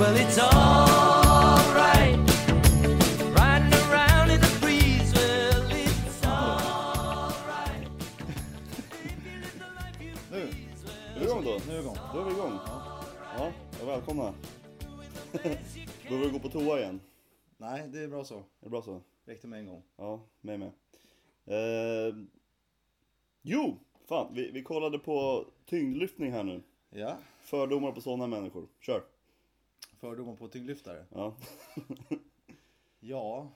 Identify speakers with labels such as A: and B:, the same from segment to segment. A: Well, it's all right. Riding around in the breeze. Well, it's all right.
B: Nu! Är vi igång då? Nu är vi igång. Då är vi igång. Ja, ja, välkomna. Behöver vi gå på toa igen?
C: Nej, det är bra så.
B: Är det bra så?
C: Räckte med en gång.
B: Ja, mig med. Eh, jo, fan. Vi, vi kollade på tyngdlyftning här nu.
C: Ja,
B: Fördomar på sådana människor. Kör!
C: fördomar på tyngdlyftare.
B: Ja.
C: Ja,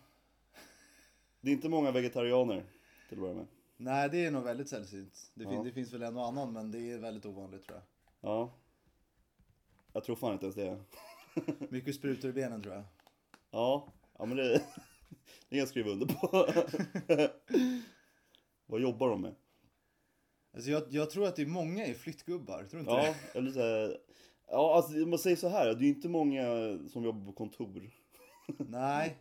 B: Det är inte många vegetarianer till att börja med.
C: nej det är nog väldigt sällsynt. Det, fin-
B: Ja.
C: det finns väl en och annan men det är väldigt ovanligt tror jag.
B: Ja. Jag tror fan inte ens det.
C: Mycket sprutor i benen tror jag.
B: Ja, ja men det, det kan jag skriva under på. Vad jobbar de med?
C: Alltså jag, jag tror att det är många är flyttgubbar, tror du inte
B: Ja,
C: det?
B: eller så här, Ja, alltså man säger så här, det är ju inte många som jobbar på kontor.
C: Nej,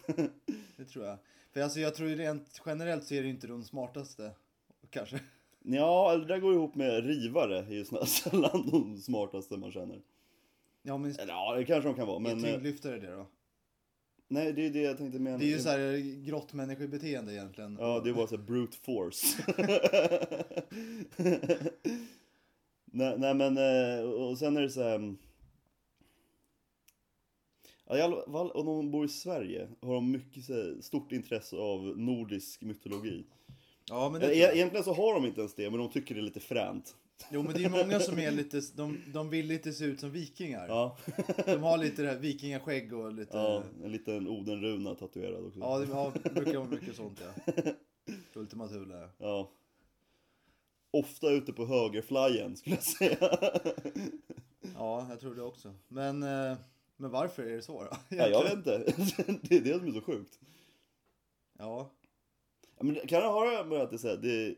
C: det tror jag. För alltså jag tror ju rent generellt så är det ju inte de smartaste. Kanske.
B: Ja, eller det där går ihop med rivare, är ju snarare sällan de smartaste man känner.
C: Ja men
B: Eller ja, det kanske de kan vara, men...
C: är
B: eh,
C: tyngdlyftare det då?
B: Nej, det är ju det jag tänkte med.
C: Det är ju så här grått människobeteende egentligen.
B: Ja, det var så här brute force. nej, nej, men eh, och sen är det så här. mm, Ja, I alla fall om de bor i Sverige har de mycket så här, stort intresse av nordisk mytologi.
C: Ja, men det
B: E-
C: tror jag.
B: Egentligen så har de inte ens det, men de tycker det är lite fränt.
C: Jo men det är ju många som är lite, de, de vill lite se ut som vikingar.
B: Ja,
C: De har lite det här vikingaskägg och lite...
B: ja
C: Ja,
B: en liten Odenruna tatuerad också.
C: det ja, det brukar vara mycket sånt ja. Ultima Thule.
B: Ja. Ofta ute på högerflyen skulle jag säga.
C: Ja, jag tror det också. Men, eh, men varför är det så då?
B: Ja, jag vet inte. Det är det som är så sjukt.
C: Ja.
B: Ja, Men kan det ha det med att det är så här, det,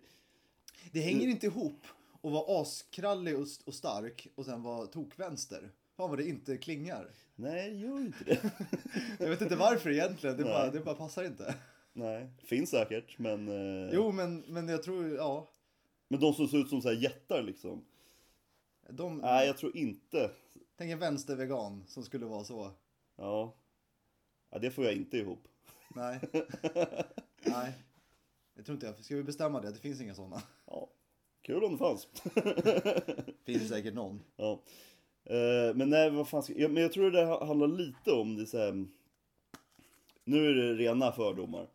C: Det hänger inte ihop att vara askrallig och, och stark och sen vara tokvänster. Fan vad det inte klingar.
B: nej det gör ju inte det.
C: Jag vet inte varför egentligen, det,
B: Nej.
C: bara, det bara passar inte.
B: nej, finns säkert men... eh,
C: Jo, men, men jag tror, ja.
B: Men de som ser ut som så här jättar liksom.
C: De,
B: Nej jag tror inte.
C: Tänk en vänstervegan som skulle vara så.
B: Ja. ja det får jag inte ihop.
C: Nej. Nej. Jag tror inte jag, ska vi bestämma det? Det finns inga sådana.
B: Ja. Kul om det fanns.
C: Finns säkert någon.
B: ja. Eh, Men nej vad fan ska... ja, Men jag tror det där ha- handlar lite om det så här... Nu är det rena fördomar.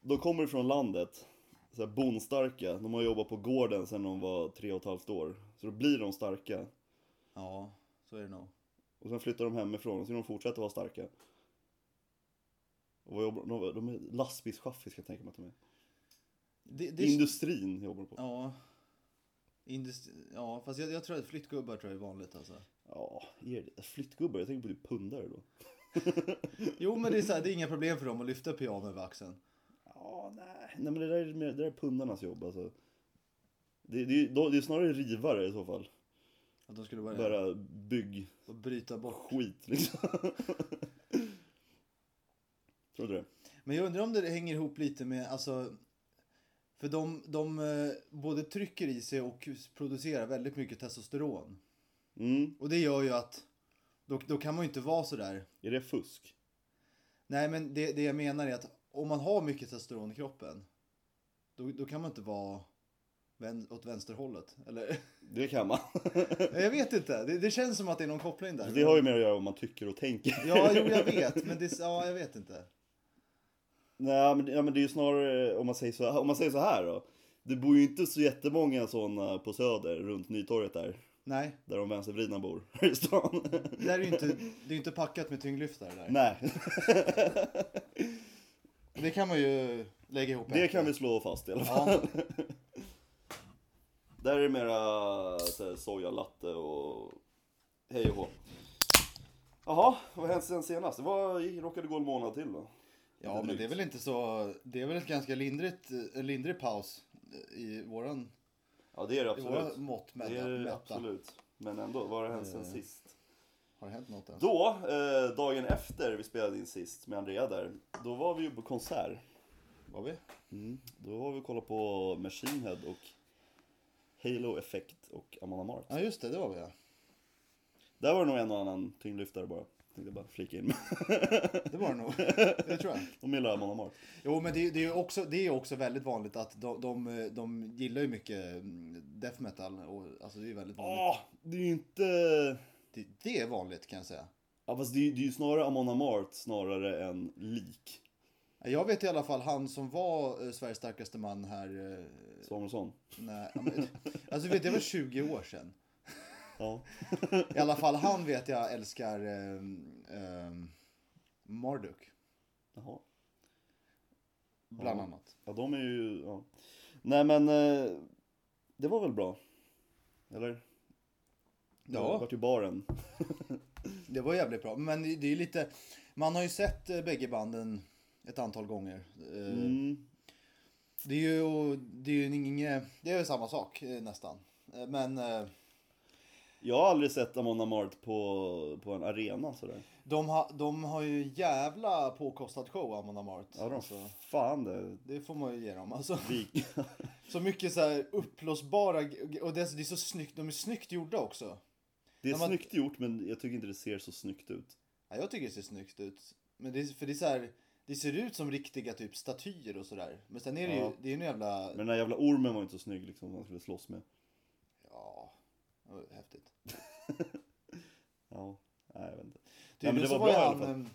B: De kommer från landet. Så här bondstarka. De har jobbat på gården sedan de var tre och ett halvt år. Så då blir de starka.
C: Ja, så är det nog.
B: Och sen flyttar de hemifrån och så de fortsätter vara starka. Och vad jobbar de? De är lastbilschaffis kan jag tänka mig att de är.
C: Det, det,
B: Industrin jobbar de på.
C: ja. Industri, ja, fast jag, jag tror att flyttgubbar tror jag är vanligt alltså.
B: Ja, är det flyttgubbar? Jag tänker på typ pundare då.
C: Jo, men det är, så här, det är inga problem för dem att lyfta piano över axeln.
B: Ja, nej. Nej men det där är, mer, det där är pundarnas jobb alltså. Det, det, är ju- då- det är snarare rivare i så fall.
C: Att de skulle börja
B: Bara bygg
C: och bryta bort.
B: skit liksom. Tror du det?
C: Men jag undrar om det hänger ihop lite med, alltså. För de, de eh, både trycker i sig och producerar väldigt mycket testosteron.
B: Mm.
C: Och det gör ju att då, då kan man ju inte vara så där.
B: Är det fusk?
C: Nej, men det, det jag menar är att om man har mycket testosteron i kroppen, då, då kan man inte vara vän, åt vänsterhållet. Eller?
B: Det kan man.
C: Jag vet inte. Det, det känns som att det är någon koppling där.
B: Det har ju mer att göra med vad man tycker och tänker.
C: Ja, jo, jag vet. Men det, ja, jag vet inte.
B: Nej, men, ja, men det är ju snarare om man, säger så, om man säger så här då. Det bor ju inte så jättemånga sådana på Söder runt Nytorget där.
C: Nej,
B: Där de vänstervridna bor här i stan.
C: det där är ju inte, det är ju inte packat med tyngdlyftare där.
B: Nej,
C: Det kan man ju lägga ihop.
B: det kan vi slå fast i alla fall.
C: Ja,
B: Där är det mera så här, sojalatte och hej och hå. Jaha, vad hände sen senast? Det var, råkade gå en månad till då.
C: ja, men det är väl inte så. Det är väl ett ganska lindrigt, en lindrig paus i våran,
B: Ja, det är det
C: i
B: absolut.
C: våra mått
B: det är det
C: mätta.
B: absolut. Men ändå, vad har hänt sen
C: Eh.
B: sist?
C: Har det hänt något än?
B: Då, eh, dagen efter vi spelade in sist med Andrea där, då var vi ju på konsert.
C: Var vi?
B: Mm. Då har vi kollat på Machine Head och Halo Effect och Amanda Mart.
C: Ja, just det, det var vi ja.
B: Där var det nog en och annan tyngdlyftare bara. Tänkte bara flika in.
C: Det var det nog. Det tror jag.
B: De gillar Amon Amarth.
C: Jo, men det, är- det är ju också, det är också väldigt vanligt att de, de, de gillar ju mycket mm, death metal. Och, alltså det är ju väldigt vanligt.
B: Ah, det är ju inte...
C: Det, det är vanligt kan jag säga.
B: Ja, fast det är, ju- det är ju snarare Amon Amarth snarare än lik.
C: Jag vet i alla fall han som var eh, Sveriges starkaste man här. eh,
B: Samuelsson.
C: När, ja, men- alltså vet, det var 20 år sedan.
B: Ja.
C: I alla fall han vet jag älskar eh, eh, Marduk.
B: Jaha.
C: Bland
B: Ja.
C: annat.
B: Ja, de är ju... Ja. Nej, men... eh, Det var väl bra? Eller?
C: Ja.
B: Det vart ju baren.
C: Det var jävligt bra. Men det det är lite... Man har ju sett eh, bägge banden ett antal gånger. Eh,
B: Mm.
C: Det är ju, det är ju inget... Det är ju samma sak eh, nästan. Eh, Men eh,
B: Jag har aldrig sett Amon Amarth på, på en arena sådär.
C: de, ha, de har ju jävla påkostad show, Amon Amarth.
B: Ja, de
C: Alltså,
B: fan det.
C: det får man ju ge dem. Alltså,
B: Vik.
C: så mycket så här uppblåsbara... g- Och det är, det är så snyggt. De är snyggt gjorda också.
B: Det är
C: Ja, men-
B: snyggt gjort, men jag tycker inte det ser så snyggt ut.
C: Ja, jag tycker det ser snyggt ut. Men det, är- för det är så här... Det ser ut som riktiga typ statyer och sådär. Men sen är det
B: Ja.
C: ju... Det är ju en jävla...
B: Men den där jävla ormen var inte så snygg liksom, man skulle slåss med.
C: Ja... Det var häftigt.
B: Ja, nej jag vet inte. Nej,
C: Tydligen
B: men det
C: så
B: var
C: var
B: bra i
C: ju
B: alla
C: han
B: fall.
C: eh,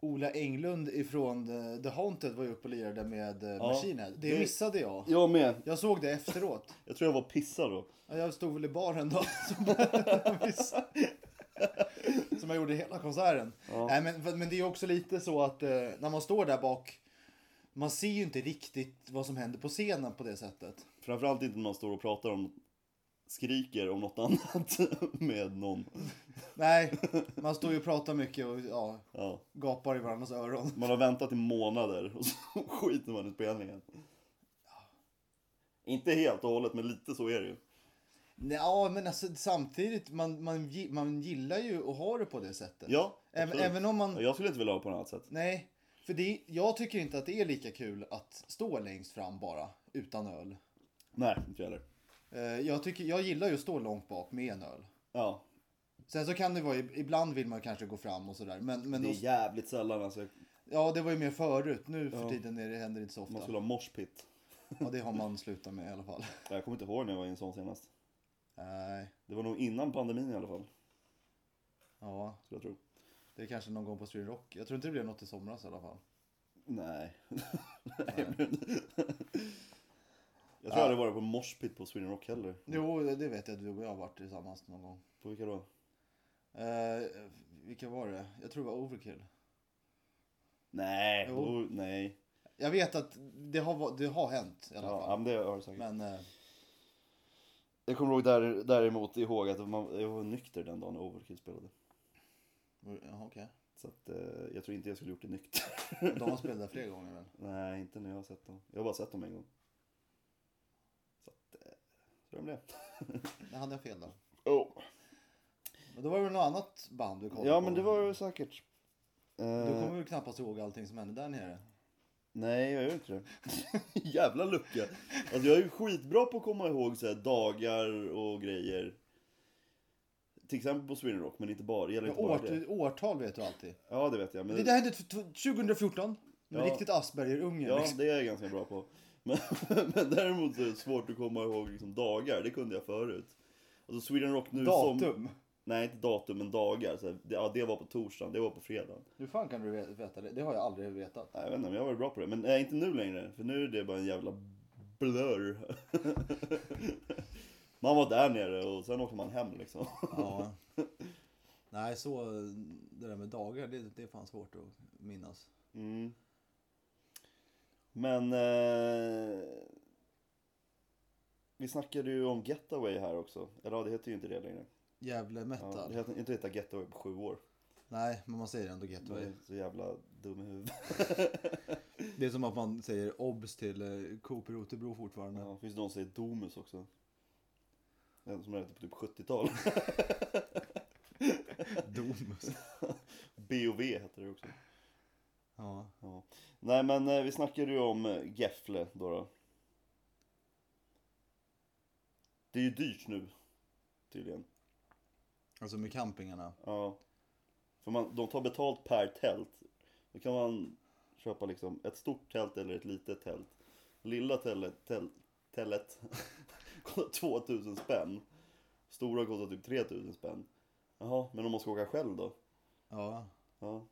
C: Ola Englund ifrån The- The Haunted var ju uppe och lirade med ja, Machine Head. Det
B: det-
C: missade jag.
B: Jag med.
C: Jag såg det efteråt.
B: Jag tror jag var pissad då.
C: Ja, Jag stod väl i baren då. Som, som jag gjorde hela konserten.
B: Ja.
C: Nej, men, men det är ju också lite så att eh, när man står där bak. Man ser ju inte riktigt vad som händer på scenen på det sättet.
B: Framförallt inte när man står och pratar om, skriker om något annat med någon.
C: Nej, man står ju och pratar mycket och ja,
B: Ja.
C: gapar i varandras öron.
B: Man har väntat i månader och så skiter man i spelningen. Inte helt och hållet, men lite så är det ju.
C: Nej, Ja, men alltså, samtidigt, man, man, gi- man gillar ju att ha det på det sättet.
B: Ja,
C: även,
B: absolut.
C: även om man...
B: Jag skulle inte vilja ha det på något annat sätt.
C: Nej, för det, jag tycker inte att det är lika kul att stå längst fram bara, utan öl.
B: Nej, inte jag heller.
C: Eh, Jag, tycker, jag gillar ju att stå långt bak med en öl.
B: Ja,
C: Sen så kan det vara, ibland vill man kanske gå fram och sådär. Men, men
B: det är jävligt sällan alltså.
C: ja, det var ju mer förut. Nu för
B: Ja.
C: tiden är det, händer det inte så
B: Man
C: ofta.
B: skulle ha moshpit.
C: Ja, det har man slutat med i alla fall.
B: Jag kommer inte ihåg när jag var i en sån senast.
C: Nej,
B: Det var nog innan pandemin i alla fall,
C: ja,
B: skulle jag tro.
C: det är kanske någon gång på Sweden Rock. Jag tror inte det blev något i somras i alla fall.
B: Nej. Nej. men- jag tror aldrig varit på moshpit på Sweden Rock heller.
C: Jo, det det vet jag att du och jag har varit tillsammans någon gång.
B: På vilka då?
C: Eh, vilka var det? Jag tror det var Overkill.
B: Nej,
C: Jo.
B: oh, nej.
C: Jag vet att det har, va- det har hänt i alla
B: Ja,
C: fall.
B: ja, men det har jag säkert.
C: Men eh,
B: Jag kommer ihåg där, däremot ihåg att man, jag var nykter den dagen Overkill spelade.
C: var- jaha, okej.
B: Så att, eh, jag tror inte jag skulle gjort det nykter.
C: De har spelat där flera gånger väl?
B: Nej, inte när jag har sett dem. Jag har bara sett dem en gång. Så att, eh, så är det med
C: Det hade jag fel då.
B: det. Oh.
C: Men då var det väl något annat band du kollade
B: Ja,
C: på?
B: men det var ju säkert. Eh,
C: Du kommer väl knappast ihåg allting som hände där nere?
B: Nej, jag gör inte det. Jävla lucka. Alltså, jag är ju skitbra på att komma ihåg så här, dagar och grejer. Till exempel på Sweden Rock, men inte bara. Det gäller
C: Ja,
B: inte bara
C: årt,
B: det.
C: årtal vet du alltid.
B: Ja, det vet jag. Men...
C: Det där hände t- t- 2014. Med
B: Ja.
C: riktigt Asperger-ungen.
B: Ja,
C: liksom.
B: det är jag ganska bra på. Men, men däremot så är det svårt att komma ihåg liksom dagar, det kunde jag förut. Alltså Sweden Rock nu som...
C: Datum.
B: Nej, inte datum, men dagar. Så här, det, ja, det var på torsdagen, det var på fredagen.
C: Hur fan kan du ve- veta det? Det har jag aldrig vetat.
B: Nej, jag vet inte, men jag var bra på det. Men nej, inte nu längre, för nu är det bara en jävla blur. man var där nere och sen åkte man hem liksom.
C: Ja. Nej, så det där med dagar, det, det är fan svårt att minnas.
B: Mm. Men... Eh, vi snackade ju om Getaway här också. Eller ja, det heter ju inte det längre.
C: Gävle
B: Ja,
C: metal.
B: det heter inte heta Getaway på sju år.
C: Nej, men man säger ändå
B: Man
C: getaway.
B: är så jävla dum i huvudet.
C: Det är som att man säger obs till eh, Coop i Rotebro fortfarande.
B: Ja, det finns någon som säger Domus också. En som lät på typ 70-talet.
C: Domus.
B: BOV heter det också.
C: Ja.
B: Ja. Nej men eh, vi snackade ju om eh, Gefle då, då. Det är ju dyrt nu. Tydligen.
C: Alltså med campingarna.
B: Ja. För man, de tar betalt per tält. Då kan man köpa liksom ett stort tält eller ett litet tält. Lilla tället, tält, tället kostar 2000 spänn. Stora kostar typ 3000 spänn. Jaha, men om man ska åka själv då?
C: Ja.
B: Ja,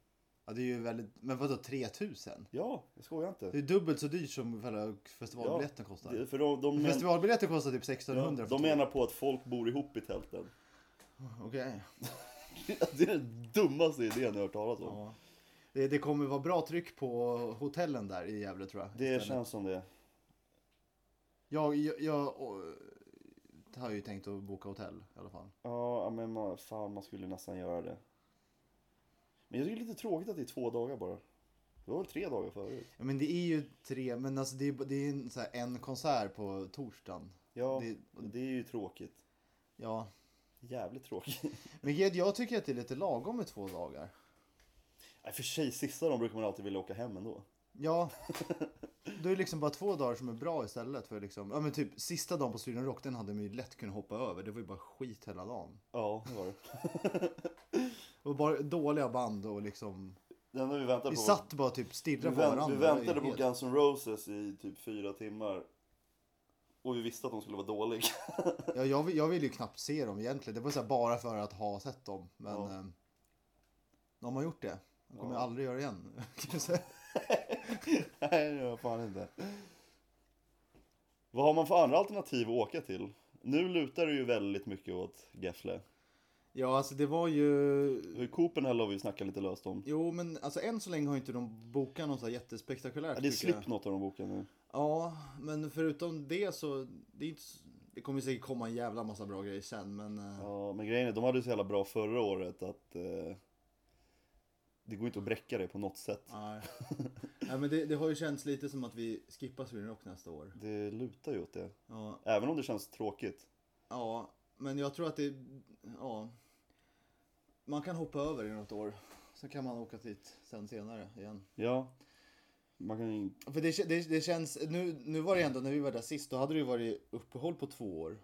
C: ja det är ju väldigt... Men vadå 3000?
B: ja jag skojar
C: Det
B: inte.
C: är dubbelt så dyrt som själva festivalbiljetten kostar.
B: Det- För de, de, men,
C: Festivalbiljetten kostar typ
B: ja,
C: 1600 för
B: de
C: två.
B: menar på att folk bor ihop i tälten.
C: Okej.
B: Det är den dummaste idén jag har hört talas om.
C: Ja. Det, det kommer vara bra tryck på hotellen där i Gävle tror jag.
B: Det
C: istället.
B: känns som det.
C: Jag, jag, jag och, har ju tänkt att boka hotell i alla fall.
B: Ja, men man, fan man skulle nästan göra det. Men jag tycker det är lite tråkigt att det är två dagar bara. Det var väl tre dagar förut?
C: Ja, Men det är ju tre, men alltså det är, det är en, så här, en konsert på torsdagen.
B: Ja, det,
C: Det-
B: är ju tråkigt.
C: Ja.
B: Jävligt tråkigt.
C: Men Ged, jag tycker att det är lite lagom med två dagar.
B: Nej, för sig, sista dagen brukar man alltid vilja åka hem ändå.
C: Ja. Då är det liksom bara två dagar som är bra istället för liksom, ja men typ sista dagen på Sweden Rock den hade man ju lätt kunnat hoppa över. Det var ju bara skit hela dagen.
B: Ja, det var det.
C: Det var bara dåliga band och liksom,
B: Det enda vi väntade
C: vi
B: på
C: satt bara typ
B: du,
C: stirrade på
B: vänt, du
C: varandra. Det var ju
B: väntade på
C: helt-
B: Guns N' Roses i typ fyra timmar. Och vi visste att de skulle vara dåliga.
C: Ja, jag, vill- jag ville ju knappt se dem egentligen. Det var så här bara för att ha sett dem. Men
B: Ja.
C: eh, de har gjort det. De kommer
B: Ja.
C: jag aldrig göra igen. kan jag säga.
B: Nej, det var fan inte. Vad har man för andra alternativ att åka till? Nu lutar det ju väldigt mycket åt Gefle.
C: ja, alltså det var ju...
B: Copenhagen har vi ju snackat lite löst om.
C: Jo, men alltså än så länge har inte de bokat något så här jättespektakulärt.
B: Ja, det är
C: tycker jag.
B: Slipknot av de boken nu.
C: Ja, men förutom det så... Det, är inte... s- det kommer säkert komma en jävla massa bra grejer sen, men... eh,
B: Ja, men grejen är, de hade ju så jävla bra förra året att eh, det går inte att bräcka det på något sätt.
C: Nej. Nej, men det, det har ju känts lite som att vi skippar Sweden Rock nästa år.
B: Det lutar ju åt det.
C: Ja,
B: Även om det känns tråkigt.
C: Ja, men jag tror att det... Ja. Man kan hoppa över i något år. Så kan man åka dit sen senare igen.
B: Ja, man kan ju...
C: För det, kä- det, det känns... Nu, nu var det ändå, när vi var där sist, då hade det ju varit uppehåll på två år.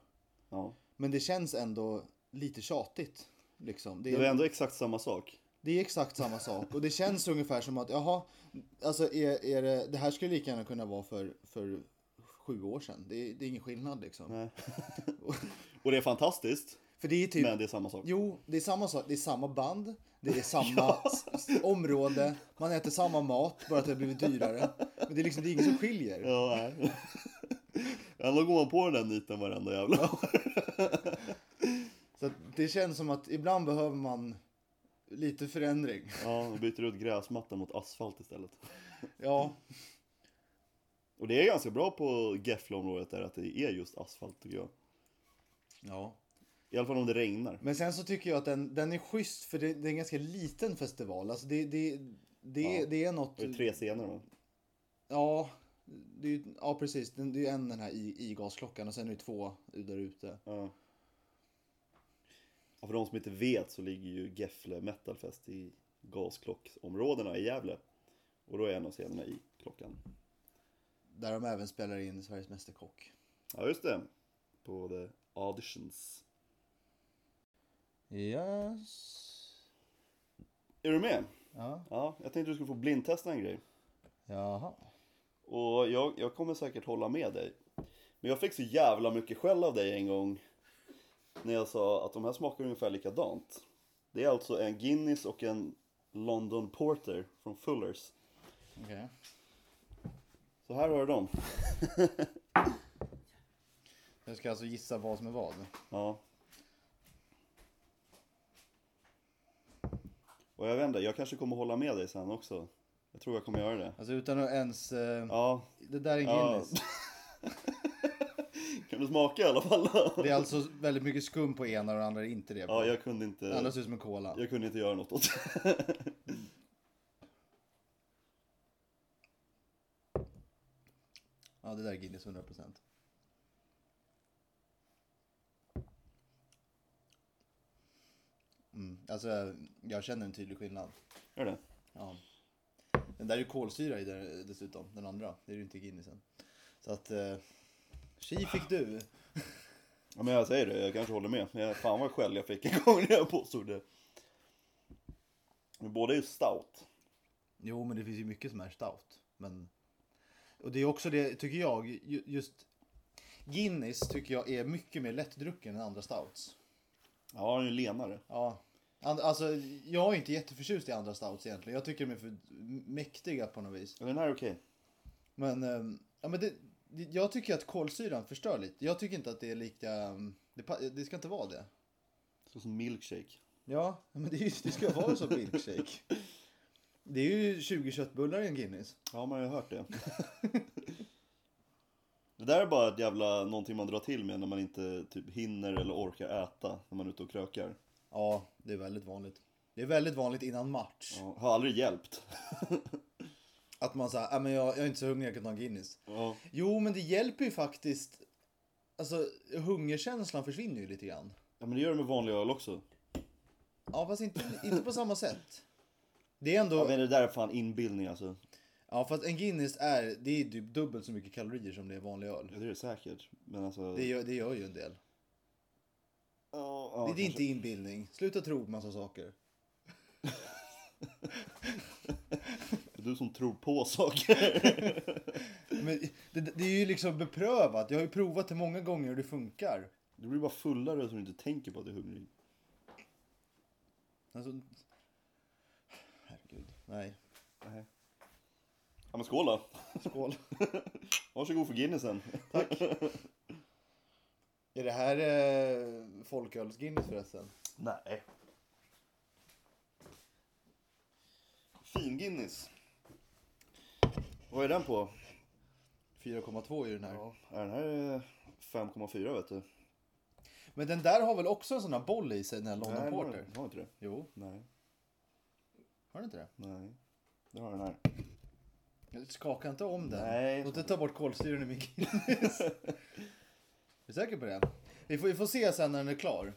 B: Ja.
C: Men det känns ändå lite tjatigt. Liksom. Det,
B: Det var
C: är,
B: ändå exakt samma sak.
C: det är exakt samma sak. Och det känns ungefär som att, jaha, alltså är, är det, det här skulle lika gärna kunna vara för, för sju år sedan. Det, är- det är ingen skillnad liksom.
B: Nej. Och det är fantastiskt,
C: För det är typ...
B: men det är samma sak.
C: Jo, det är samma sak. Det är samma band, det är samma s- s- område, man äter samma mat, bara att det har blivit dyrare. Men det är liksom det är inget som skiljer.
B: Ja, nej. Ändå går man på den där niten varenda jävla
C: Så att det känns som att ibland behöver man lite förändring.
B: Ja, och byter ut gräsmattan mot asfalt istället.
C: Ja,
B: Och det är ganska bra på Gefle-området där att det är just asfalt tycker jag.
C: ja.
B: I alla fall om det regnar.
C: Men sen så tycker jag att den, den är schysst för det, det är en ganska liten festival. Alltså det, det, det,
B: Ja.
C: det är något...
B: Det är tre scener va?
C: Ja, det är, ju- ja precis. Den- Det är ju en den här i- i-gasklockan och sen är det två där ute.
B: Ja. Och för de som inte vet så ligger ju Gefle Metalfest i gasklocksområdena i Gävle. Och då är en av scenerna i klockan.
C: Där de även spelar in Sveriges Mästerkock.
B: Ja just det. På The Auditions.
C: Yes.
B: Är du med?
C: Ja.
B: Ja, jag tänkte du skulle få blindtesta en grej.
C: Jaha.
B: Och jag, jag kommer säkert hålla med dig. Men jag fick så jävla mycket skäll av dig en gång. När jag sa att de här smakar ungefär likadant. Det är alltså en Guinness och en London Porter från Fullers.
C: Okej.
B: Så här har du dem.
C: Jag ska alltså gissa vad som är vad.
B: Ja. Och jag vet inte, jag kanske kommer hålla med dig sen också. Jag tror jag kommer göra det.
C: Alltså utan att ens... eh,
B: Ja,
C: Det där är en
B: Ja.
C: Guinness.
B: kan du smaka i alla fall?
C: Det är alltså väldigt mycket skum på ena och det andra är inte det.
B: Ja, jag kunde
C: Det andra
B: inte,
C: ser ut som en cola.
B: jag kunde inte göra något åt det.
C: Ja, det där är Guinness 100%. Mm. Alltså, jag känner en tydlig skillnad.
B: Gör det?
C: Ja. Den där är ju kolsyra i där, dessutom, den andra. Det är ju inte i Guinnessen. Så att... Eh, tji fick du!
B: Ja, men jag säger det, jag kanske håller med. Men jag- fan vad skäll jag fick en gång när jag påstod det. Men båda är ju stout.
C: Jo, men det finns ju mycket som är stout. Men... Och det är också det, tycker jag, ju- just Guinness tycker jag är mycket mer lättdrucken än andra stouts.
B: Ja, den är ju lenare.
C: Ja. And- Alltså, jag är inte jätteförtjust i andra stouts egentligen. Jag tycker de är för mäktiga på något vis.
B: Ja, Den här är okej.
C: Men, ehm, ja, men det, det, jag tycker att kolsyran förstör lite. Jag tycker inte att det är lika... ehm, Det, pa- det ska inte vara det.
B: Så som milkshake.
C: Ja, men det, är ju- det ska vara som milkshake. Det är ju 20 köttbullar i en Guinness.
B: Ja, man har ju hört det. det där är bara ett jävla någonting man drar till med när man inte typ hinner eller orkar äta när man är ute och krökar.
C: Ja, det är väldigt vanligt. Det är väldigt vanligt innan match.
B: Ja, har aldrig hjälpt.
C: Att man säger, men jag, jag är inte så hungrig, jag kan ta en Guinness.
B: Ja.
C: Jo, men det hjälper ju faktiskt. Alltså, hungerkänslan försvinner ju lite grann.
B: ja, men det gör det med vanlig öl också.
C: Ja, fast inte, inte på samma sätt. Det är
B: Ja,
C: ändå...
B: men det där är fan inbildning alltså.
C: Ja, fast en Guinness är, det är typ dubbelt så mycket kalorier som det är vanlig öl.
B: Ja, det är det säkert. Men alltså...
C: Det gör, det gör ju en del.
B: Ja,
C: det är
B: ja, kanske.
C: inte inbildning. Sluta tro på massa saker.
B: Det är du som tror på saker.
C: Men det, det är ju liksom beprövat. Jag har ju provat det många gånger och det funkar.
B: Du blir bara fullare som du inte tänker på att du är hungrig.
C: Alltså... Herregud. Nej.
B: Ja men skål då.
C: Skål.
B: Varsågod för Guinnessen.
C: Är det här eh, folkölsguinness förresten?
B: Nej. Fin Guinness. Vad är den på?
C: 4,2 i den här.
B: Ja, den här eh, är 5,4 vet du.
C: Men den där har väl också en sån här boll i sig, den här London
B: Nej, den har-
C: Porter?
B: den Har inte det?
C: Jo,
B: Nej,
C: har den inte det?
B: nej. Det har den här.
C: Skaka inte om den.
B: Nej.
C: Låt inte ta bort kolsyran i min Guinness. är du säker på det? Vi får, vi får se sen när den är klar.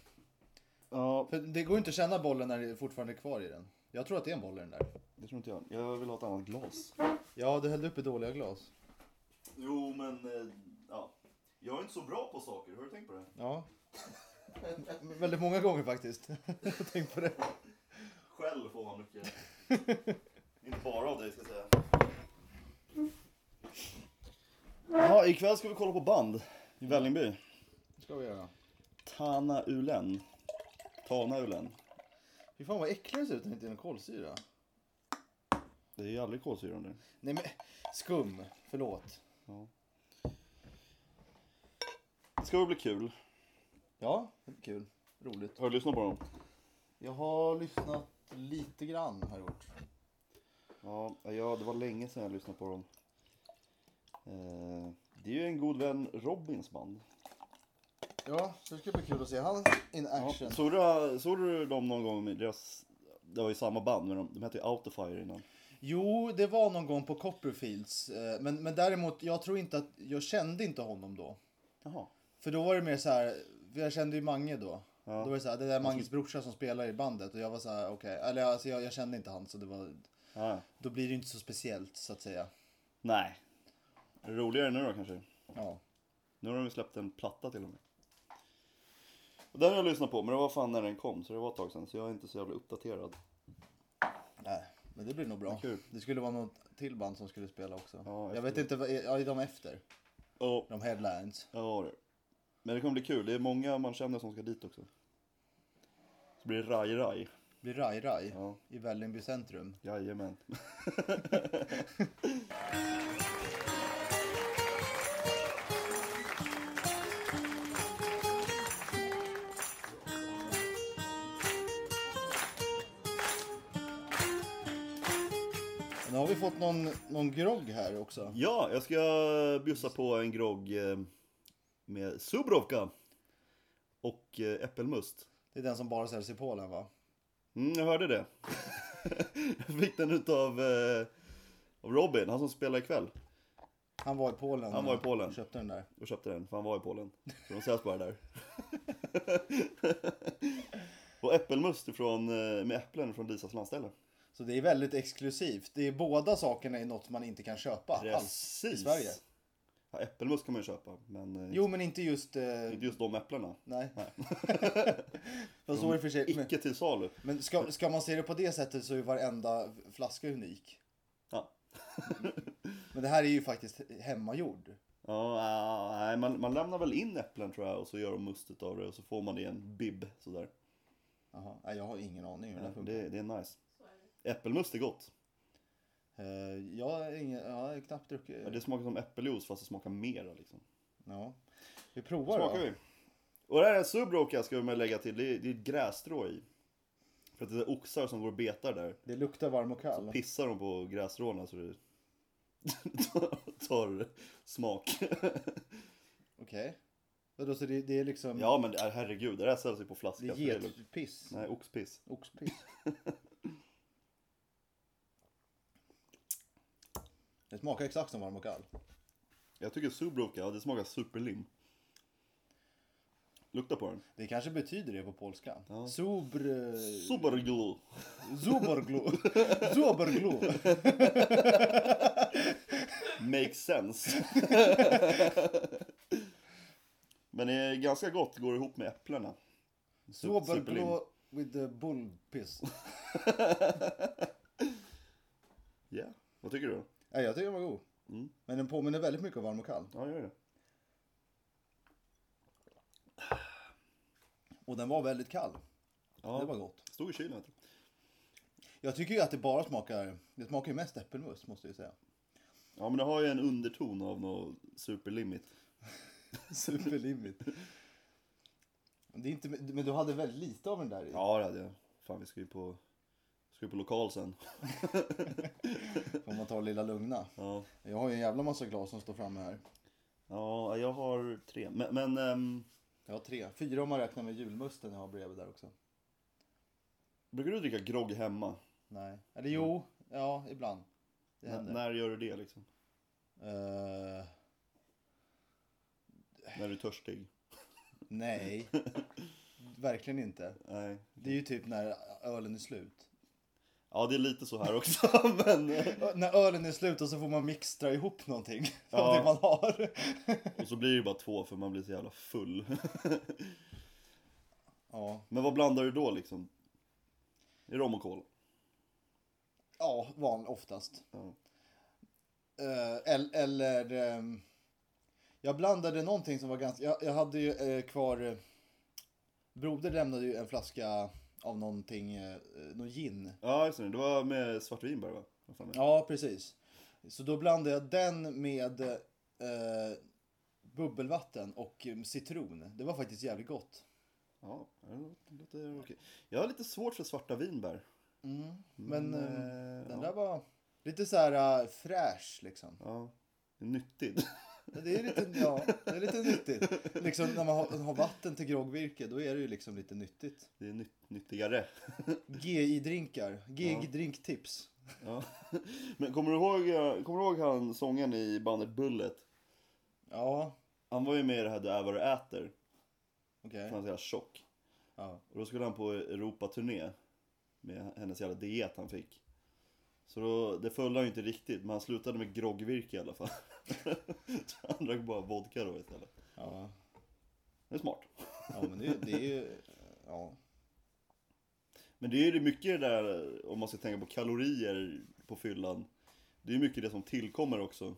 B: Ja,
C: För det går inte att känna bollen när det fortfarande är kvar i den. Jag tror att det är en boll i den där.
B: det tror inte jag. Jag vill ha ett annat glas.
C: Ja, du hällde upp i dåliga glas.
B: Jo men, eh, ja. Jag är inte så bra på saker, har du tänkt på det?
C: Ja. Men Väldigt många gånger faktiskt. Jag Tänk på det.
B: Själv får man mycket. Inte bara av dig ska jag säga. Ja, ikväll ska vi kolla på band i Vällingby.
C: ska vi göra.
B: Tana Ulen. Tana Ulen.
C: Fy fan vad äcklig det ser ut när det inte är någon kolsyra.
B: Det är ju aldrig kolsyra nu.
C: Nej men, skum. Förlåt.
B: Det ska väl bli kul.
C: Ja, det blir kul. Roligt.
B: Har du lyssnat på dem?
C: Jag har lyssnat lite grann har jag gjort.
B: Ja, ja, det var länge sedan jag lyssnade på dem. Eh, det är ju en god vän Robins band.
C: Ja, så det ska bli kul att se han in
B: Ja,
C: action.
B: såg, du, såg du dem någon gång med deras... Det var ju samma band, men de, de hette ju Outofire innan.
C: Jo, det var någon gång på Copperfields. eh, Men, men däremot, jag tror inte att, jag kände inte honom då.
B: Jaha.
C: För då var det mer så här, för jag kände ju Mange då.
B: Ja. Alltså-
C: Då var det så här, det där är Manges brorsa som spelar i bandet och jag var så här, okej, eller alltså jag, jag kände inte han så det var,
B: Ja.
C: då blir det ju inte så speciellt så att säga.
B: Nej. Är det Roligare nu då kanske.
C: Ja.
B: Nu har de ju släppt en platta till och med. Och den har jag lyssnat på, men det var fan när den kom, så det var ett tag sedan. Så jag är inte så jävla uppdaterad.
C: Nej, men det blir nog bra.
B: Kul.
C: Det skulle vara något till band som skulle spela också.
B: Ja,
C: jag vet
B: efter.
C: inte, vad- ja, är de efter?
B: Ja,
C: De headlines.
B: ja det. Men det kommer bli kul. Det är många man känner som ska dit också. Så blir det raj-raj.
C: Blir Rai Rai
B: Ja,
C: i Vällingby centrum.
B: jajamän.
C: Och nu har vi fått någon, någon grogg här också.
B: Ja, jag ska bjussa på en grogg eh, med Zubrovka och eh, äppelmust.
C: Det är den som bara säljs i Polen va?
B: Mm, jag hörde det. jag fick den utav eh, av Robin, han som spelar ikväll.
C: Han var i Polen.
B: Han var i Polen.
C: och Köpte den där.
B: och köpte den, för han var i Polen. Så de säljs bara där. och äppelmust ifrån, eh, med äpplen från Lisas landställe.
C: Så det är väldigt exklusivt. Det är båda sakerna är något man inte kan köpa alls i Sverige.
B: Äppelmust kan man ju köpa, men eh,
C: Jo, men inte just... Eh,
B: inte just de äpplena.
C: nej. Fast så är det för sig. Men,
B: Icke till salu.
C: men ska, ska man se det på det sättet så är ju varenda flaska unik.
B: Ja.
C: Men det här är ju faktiskt hemmagjord.
B: Ja, ah, nej, man, man lämnar väl in äpplen tror jag och så gör de must utav det och så får man det i en bibb sådär.
C: Jaha, nej, jag har ingen aning hur det här funkar.
B: Det, det är nice. Äppelmust är gott.
C: Eh, jag, har ingen, jag har knappt druckit.
B: Ja, Det smakar som äppeljuice fast det smakar mera liksom.
C: Ja. Vi provar
B: Smakar
C: då.
B: vi. Och det här är en subroka ska vi med lägga till. Det är, det är ett grässtrå i. För att det är oxar som går och betar där.
C: Det luktar varm och kall.
B: Pissar de på grässtråna så det tar- tar smak.
C: Okej. Vadå, så det, det är liksom...
B: Ja men det- herregud, det här säljs ju på flaska.
C: det är
B: för det är lugnt.
C: getpiss.
B: Nej, oxpiss.
C: Oxpiss. det smakar exakt som varm och kall.
B: Jag tycker subroka, ja, det smakar superlim. Lukta på den.
C: Det kanske betyder det på polska.
B: Ja.
C: Sobr... Eh.
B: Superglu.
C: Zoberglo. Zoberglo.
B: Makes sense. Men det är ganska gott, går ihop med äpplena. Super- superlim.
C: Zoberglo with the bullpiss.
B: Ja, vad tycker du?
C: Ja, jag tycker den var god.
B: Mm.
C: Men den påminner väldigt mycket om varm och kall.
B: Ja, gör det.
C: Och den var väldigt kall.
B: Ja,
C: Det var gott.
B: Stod i kylen. vet du.
C: Jag tycker ju att det bara smakar, det smakar ju mest äppelmust måste jag säga.
B: Ja, men det har ju en underton av något superlimit.
C: Superlimmigt. Det är inte, men du hade väldigt lite av den där i.
B: Ja, det hade jag. Fan, vi ska ju på, ska ju på lokal sen.
C: Om man tar lilla lugna.
B: Ja,
C: Jag har ju en jävla massa glas som står framme här.
B: ja jag har tre. Men, men ehm,
C: Jag har tre. Fyra om man räknar med julmusten jag har bredvid där också.
B: brukar du dricka grogg hemma?
C: Nej. Eller jo, ja ibland. Det
B: N-
C: händer.
B: när gör du det liksom?
C: Eh,
B: När du är törstig?
C: nej. Verkligen inte.
B: Nej.
C: Det är ju typ när ölen är slut.
B: Ja, det är lite så här också, men...
C: Ö- När ölen är slut och så får man mixtra ihop någonting
B: Ja.
C: av det man har.
B: Och så blir det ju bara två för man blir så jävla full.
C: Ja,
B: Men vad blandar du då liksom? Är det rom och cola?
C: ja van, oftast.
B: Ja.
C: Eh, el- eller... ehm, jag blandade någonting som var ganska... Jag, jag hade ju eh, kvar... eh, Broder lämnade ju en flaska av någonting, eh, någon gin.
B: Ja, just det. Det var med svartvinbär va? Vad fan är det?
C: Ja, precis. Så då blandade jag den med eh, bubbelvatten och eh, citron. Det var faktiskt jävligt gott.
B: Ja, det låter okej. Jag har lite svårt för svarta vinbär. Mm,
C: Men eh,
B: eh,
C: den
B: ja.
C: där var lite så här eh, fräsch liksom.
B: Ja, det är nyttigt.
C: Men Det är lite, ja, det är lite nyttigt. Liksom när man har, har vatten till groggvirke då är det ju liksom lite nyttigt.
B: Det är nytt, nyttigare.
C: GI-drinkar. GI-drinktips.
B: Ja. Men kommer du, ihåg, eh, kommer du ihåg han sången i bandet Bullet?
C: Ja,
B: Han var ju med i det här Du är vad du äter. för
C: okej.
B: Han var så jävla tjock.
C: Ja.
B: Och då skulle han på Europaturné med hennes jävla diet han fick. Så då, det följde han ju inte riktigt, men han slutade med groggvirke i alla fall. Så han drack bara vodka då istället.
C: Ja.
B: Det är smart.
C: ja, men det, det är ju... Ja.
B: Men det är ju mycket det där, om man ska tänka på kalorier på fyllan. Det är ju mycket det som tillkommer också.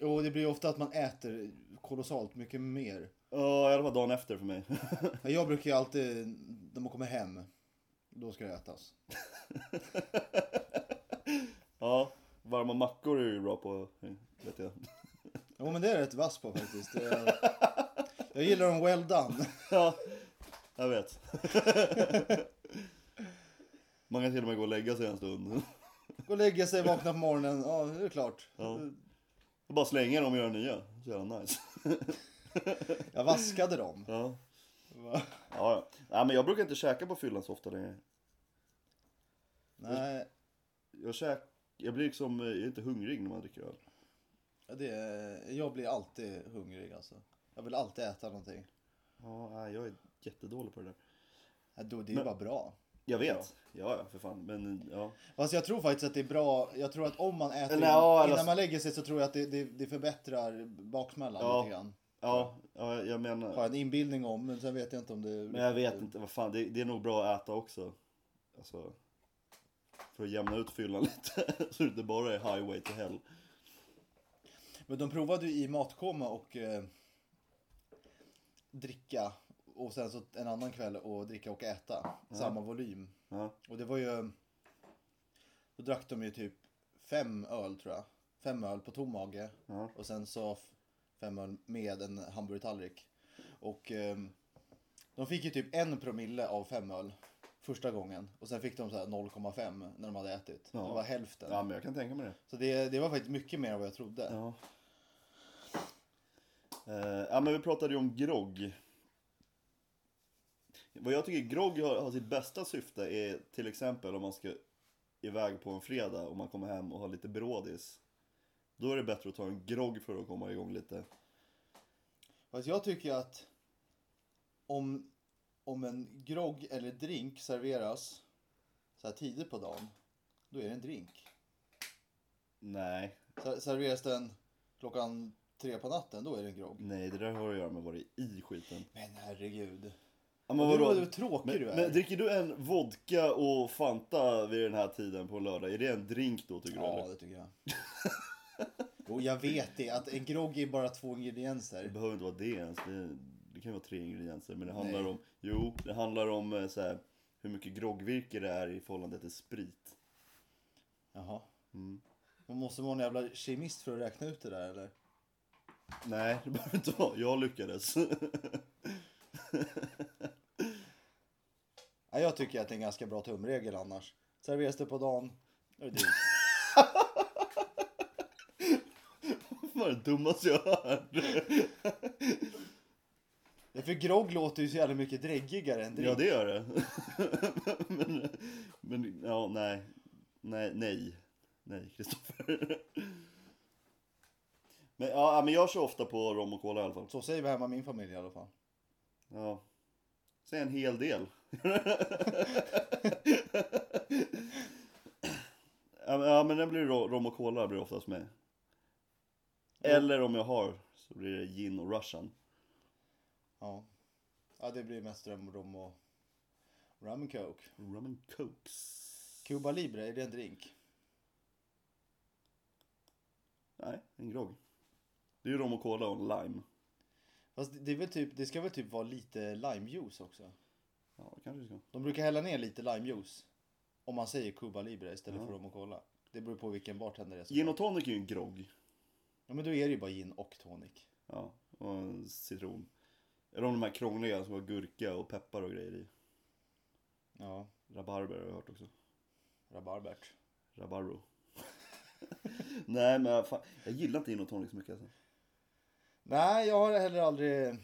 C: Och det blir ju ofta att man äter kolossalt mycket mer.
B: Ja, i alla fall dagen efter för mig.
C: Men Jag brukar ju alltid, när man kommer hem, då ska det ätas.
B: Ja, varma mackor är ju bra på, vet jag.
C: Jo men det är jag rätt vass på faktiskt. Det är- Jag gillar dem well done.
B: Ja, jag vet. Man kan till och med gå och lägga sig en stund.
C: Gå och lägga sig, vakna på morgonen, ja det är klart.
B: Ja. Och bara slänga dem och göra nya. Så jävla nice.
C: Jag vaskade dem.
B: Ja.
C: Va?
B: Ja, ja. Nej, men jag brukar inte käka på fyllan så ofta längre.
C: Nej,
B: Jag, käk... jag blir liksom, eh, jag är inte hungrig när man dricker öl.
C: det är... jag blir alltid hungrig alltså. Jag vill alltid äta någonting.
B: Ja, nej, jag är jättedålig på det där.
C: Ja, Äh, Då, det är ju
B: Men-
C: bara bra.
B: Jag vet. Ja, ja, för fan. Men ja.
C: Alltså jag tror faktiskt att det är bra. Jag tror att om man äter
B: Eller, ja, eller-
C: innan man lägger sig så tror jag att det, det, det förbättrar baksmällan
B: Ja.
C: lite grann.
B: Ja, ja jag
C: Har
B: menar.
C: jag en inbildning om, men sen vet jag inte om det...
B: Men jag vet inte, vad fan. Det, det är nog bra att äta också. Alltså. För att jämna ut fyllan lite. Så det inte bara är highway to hell.
C: Men de provade ju i matkoma och eh, dricka och sen så en annan kväll och dricka och äta. Samma volym.
B: Ja.
C: Och det var ju... Då drack de ju typ fem öl tror jag. Fem öl på tom mage.
B: Ja.
C: Och sen så f- fem öl med en hamburgertallrik. Och ehm, de fick ju typ en promille av fem öl första gången. Och sen fick de så här 0,5 när de hade ätit.
B: Ja.
C: Det var hälften.
B: ja, men jag kan tänka mig det.
C: Så det, det var faktiskt mycket mer än vad jag trodde.
B: Ja. Eh, ja men vi pratade ju om grogg. Vad jag tycker grogg har, har sitt bästa syfte är till exempel om man ska iväg på en fredag och man kommer hem och har lite brådis. Då är det bättre att ta en grogg för att komma igång lite.
C: Fast jag tycker att om, om en grogg eller drink serveras så här tidigt på dagen, då är det en drink.
B: Nej,
C: Ser- Serveras den klockan tre på natten, då är det en grogg.
B: nej det där har att göra med vad det är i skiten.
C: Men herregud.
B: Ja, men
C: Du,
B: vadå?
C: vad du tråkig
B: Men,
C: du är.
B: men dricker du en vodka och Fanta vid den här tiden på en lördag, är det en drink då tycker du
C: ja,
B: eller?
C: det tycker jag. Jo, jag vet det. Att en grogg är bara två ingredienser.
B: Det behöver inte vara det ens. Det, det kan ju vara tre ingredienser. Men det
C: Nej.
B: handlar om, jo, det handlar om eh, så här, hur mycket groggvirke det är i förhållande till sprit.
C: Jaha.
B: Mm.
C: Man måste vara en jävla kemist för att räkna ut det där eller?
B: Nej, det behöver inte vara. Jag lyckades.
C: Ja, jag tycker att det är en ganska bra tumregel annars. Serveras det på dagen, då är det drink.
B: Det var det dummaste jag har hört.
C: Det är för grogg låter ju så jävla mycket dräggigare än drink.
B: Ja, det gör det. men, men, ja, nej. Nej, nej. Nej, Kristoffer. men, ja, men jag kör ofta på rom och cola i alla fall.
C: Så säger vi hemma i min familj i alla fall.
B: Ja. Säg en hel del. ja men- ja, men den blir ro- rom och cola blir det oftast med. Eller om jag har så blir det gin och russian.
C: Ja. Ja, det blir mest rum, rom och rum and coke.
B: Rum and cokes.
C: Cuba Libre, är det en drink?
B: Nej, en grogg. Det är ju rom och cola och en lime.
C: Fast det- det, är väl typ, det ska väl typ vara lite limejuice också?
B: Ja, det kanske det ska.
C: De brukar hälla ner lite limejuice. Om man säger Cuba Libre istället
B: Ja.
C: för rom och cola. Det beror på vilken bartender det är. som-
B: Gin och tonic är ju en grogg.
C: Ja, men då är det ju bara gin och tonic.
B: Ja, och en citron. Eller om de här krångliga som har gurka och peppar och grejer i.
C: Ja,
B: Rabarber har jag hört också.
C: rabarbert.
B: Rabarro. Nej men fan, jag gillar inte gin och tonic så mycket alltså.
C: Nej, jag har heller aldrig...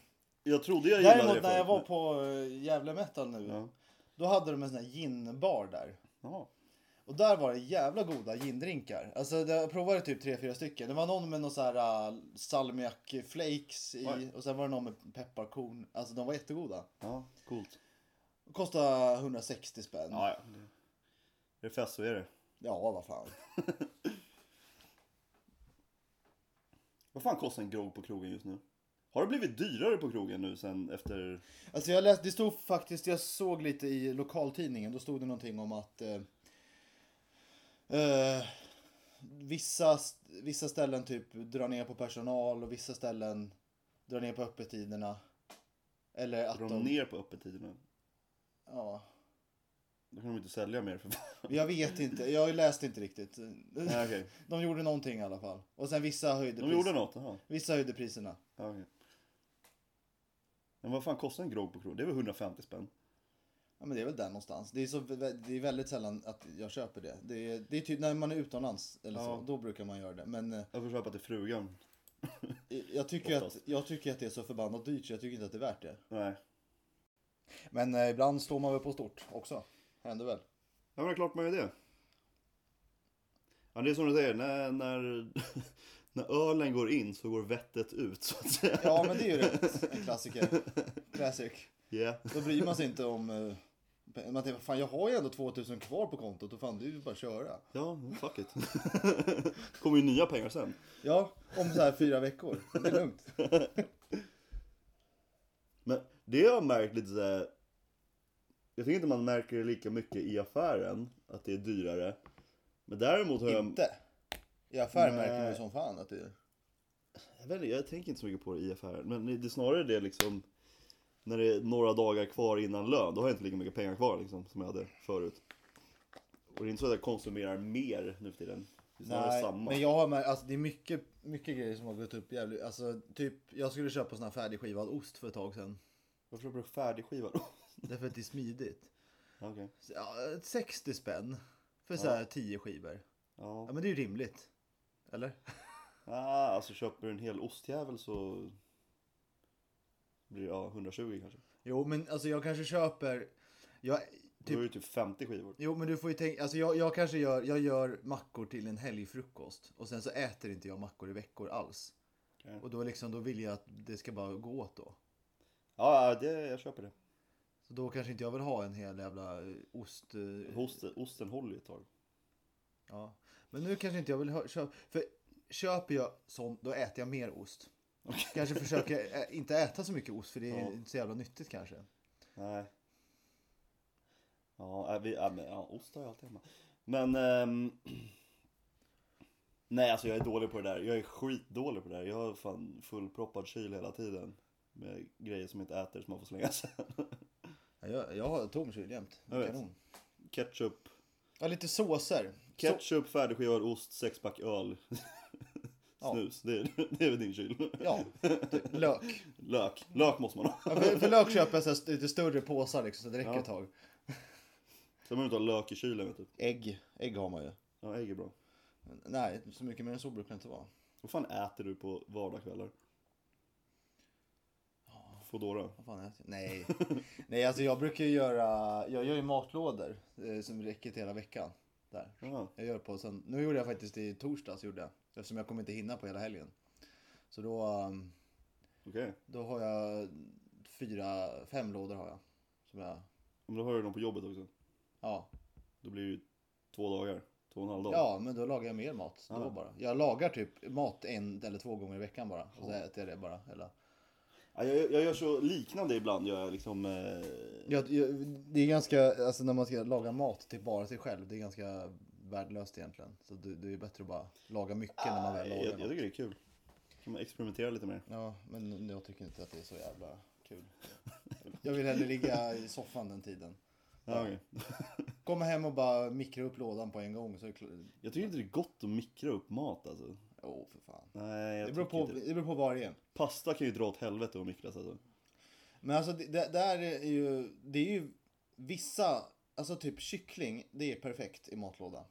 B: Jag trodde jag gillade
C: Däremot
B: det
C: när jag var
B: förut,
C: på eh, Gävle Metal nu.
B: men- Ja.
C: Då hade de en sån här ginbar där.
B: Jaha.
C: Och där var det jävla goda gindrinkar. Alltså det- jag provade typ tre fyra stycken. Det var någon med någon så här äh, salmiak flakes i
B: Oj.
C: och sen var det någon med pepparkorn. Alltså de var jättegoda.
B: Ja, coolt.
C: Kostade 160 spänn.
B: Ja,
C: Ja,
B: ja. det- Är det fest så är det.
C: vad fan.
B: Vad fan kostar en grogg på krogen just nu? Har det blivit dyrare på krogen nu sen efter...
C: Alltså jag läste, det stod faktiskt, jag såg lite i lokaltidningen, då stod det någonting om att eh, eh, vissa, st- vissa ställen typ drar ner på personal och vissa ställen drar ner på öppettiderna. Eller att
B: Drar
C: de...
B: de ner på öppettiderna?
C: Ja.
B: Då kan de inte sälja mer för
C: Jag vet inte, jag läste inte riktigt.
B: Nej okej.
C: De gjorde någonting i alla fall. Och sen vissa höjde,
B: De
C: pris...
B: gjorde något, jaha.
C: vissa höjde priserna.
B: Ja, okej. Men vad fan kostar en grogg på krogen? Det är väl 150 spänn?
C: Ja men det är väl där någonstans. Det är, så, det är väldigt sällan att jag köper det. Det är, det är typ när man är utomlands eller
B: Ja.
C: så, då brukar man göra det. Men eh,
B: Jag får köpa till frugan.
C: jag tycker, att,
B: Oftast.
C: jag tycker att det är så förbannat dyrt så jag tycker inte att det är värt det.
B: Nej.
C: Men eh, ibland slår man väl på stort också. Händer väl.
B: Ja men det är klart man gör det. Ja det är som du säger, när, när, när ölen går in så går vettet ut så att säga.
C: Ja men det är ju rätt. En klassiker. Classic.
B: Yeah.
C: Då bryr man sig inte om eh, pengar. Man tänker, fan jag har ju ändå 2000 kvar på kontot och fan det är ju bara att köra.
B: Ja, fuck it. kommer ju nya pengar sen.
C: Ja, om så här fyra veckor. Det är lugnt.
B: Men det har jag märkt lite så här. Jag tycker inte man märker det lika mycket i affären, att det är dyrare. Men däremot har jag...
C: Inte. I affär
B: Ehm. Nej.
C: märker man ju som fan att det är...
B: Jag, vet inte, jag tänker inte så mycket på det i affären, men det är snarare det liksom... När det är några dagar kvar innan lön, då har jag inte lika mycket pengar kvar liksom, som jag hade förut. Och det är inte så att jag konsumerar mer nu för tiden. Det är snarare
C: Nej,
B: samma.
C: men jag har märkt, alltså det är mycket, mycket grejer som har gått upp jävligt. Alltså typ, jag skulle köpa sån här färdigskivad ost för ett tag sedan.
B: Varför köper du färdigskiva då?
C: Därför att det är smidigt.
B: Ja, Okej.
C: Så, Ja, 60 spänn för så här 10 skivor. Ja
B: Ja.
C: men det är ju rimligt. Eller?
B: Ah, alltså köper du en hel ostjävel så... Blir det, ja, 120 kanske.
C: Jo men alltså jag kanske köper, jag,
B: Då är
C: typ,
B: det typ 50 skivor.
C: jo men du får ju tänka, alltså jag, jag kanske gör, jag gör mackor till en helgfrukost. Och sen så äter inte jag mackor i veckor alls.
B: Okej.
C: Och då liksom, då vill jag att det ska bara gå åt då.
B: Ja, ja, det, jag köper det.
C: Så då kanske inte jag vill ha en hel jävla eh, ost... eh,
B: Ost, osten håller ju ett tag.
C: Ja. Men nu kanske inte jag vill ha- köpa... För köper jag sånt, då äter jag mer ost. Kanske försöker ä- inte äta så mycket ost, för det är
B: Ja.
C: inte så jävla nyttigt kanske.
B: Nej. Ja, äh, vi, ja, men, ja ost har jag alltid hemma. Men... ehm, nej, alltså jag är dålig på det där. Jag är skitdålig på det där. Jag har fan fullproppad kyl hela tiden. Med grejer som inte äter som man får slänga sen.
C: Ja, jag, jag har tom kyl jämt.
B: Jag vet.
C: Kanon.
B: Ketchup.
C: Ja, lite såser. Så,
B: Ketchup, färdigskivad ost, sexpack öl.
C: Ja.
B: Snus, det, är, det är väl din kyl.
C: ja, typ lök.
B: Lök, lök måste man ha.
C: Ja, för, för lök köper jag så här, st- lite större påsar liksom, så det räcker
B: Ja.
C: ett tag.
B: Sen behöver du inte ha lök i kylen vet du.
C: Ägg. Ägg har man ju.
B: Ja, ägg är bra.
C: Men Nej, så mycket mer än så brukar det inte vara.
B: Vad fan äter du på vardagskvällar? Foodora?
C: Vad fan äter jag? Nej. Nej, alltså jag brukar ju göra... Jag gör ju matlådor eh, som räcker till hela veckan. Där.
B: Jaha.
C: Jag gör på sen, nu gjorde jag faktiskt det i torsdags gjorde jag. Eftersom jag kommer inte hinna på hela helgen. Så då, um,
B: Okej.
C: då har jag fyra, fem lådor har jag. Som jag,
B: Men då har du dem på jobbet också.
C: ja.
B: Då blir det ju två dagar. Två och en halv dag.
C: ja, men då lagar jag mer mat. Då
B: Ja.
C: bara. Jag lagar typ mat en eller två gånger i veckan bara. Och så äter jag det bara. Eller.
B: Ja, Jag, jag gör så liknande ibland. Gör jag liksom... Eh,
C: Jag, jag, det är ganska, alltså när man ska laga mat till bara sig själv, det är ganska värdelöst egentligen. Så det, det är bättre att bara laga mycket när man väl
B: jag,
C: lagar
B: jag
C: något.
B: tycker det är kul. Kan man experimentera lite mer.
C: Ja, men jag tycker inte att det är så jävla kul. Jag vill hellre ligga i soffan den tiden.
B: Ja, okej.
C: Komma hem och bara mikra upp lådan på en gång så är det kl-
B: Jag tycker inte det är gott att mikra upp mat alltså.
C: Åh, för fan.
B: Nej, jag
C: Det beror,
B: tycker
C: på,
B: inte.
C: det beror på varje.
B: Pasta kan ju dra åt helvete att mikras alltså.
C: Men alltså det, det, där är ju, det är ju vissa, alltså typ kyckling, det är perfekt i matlåda.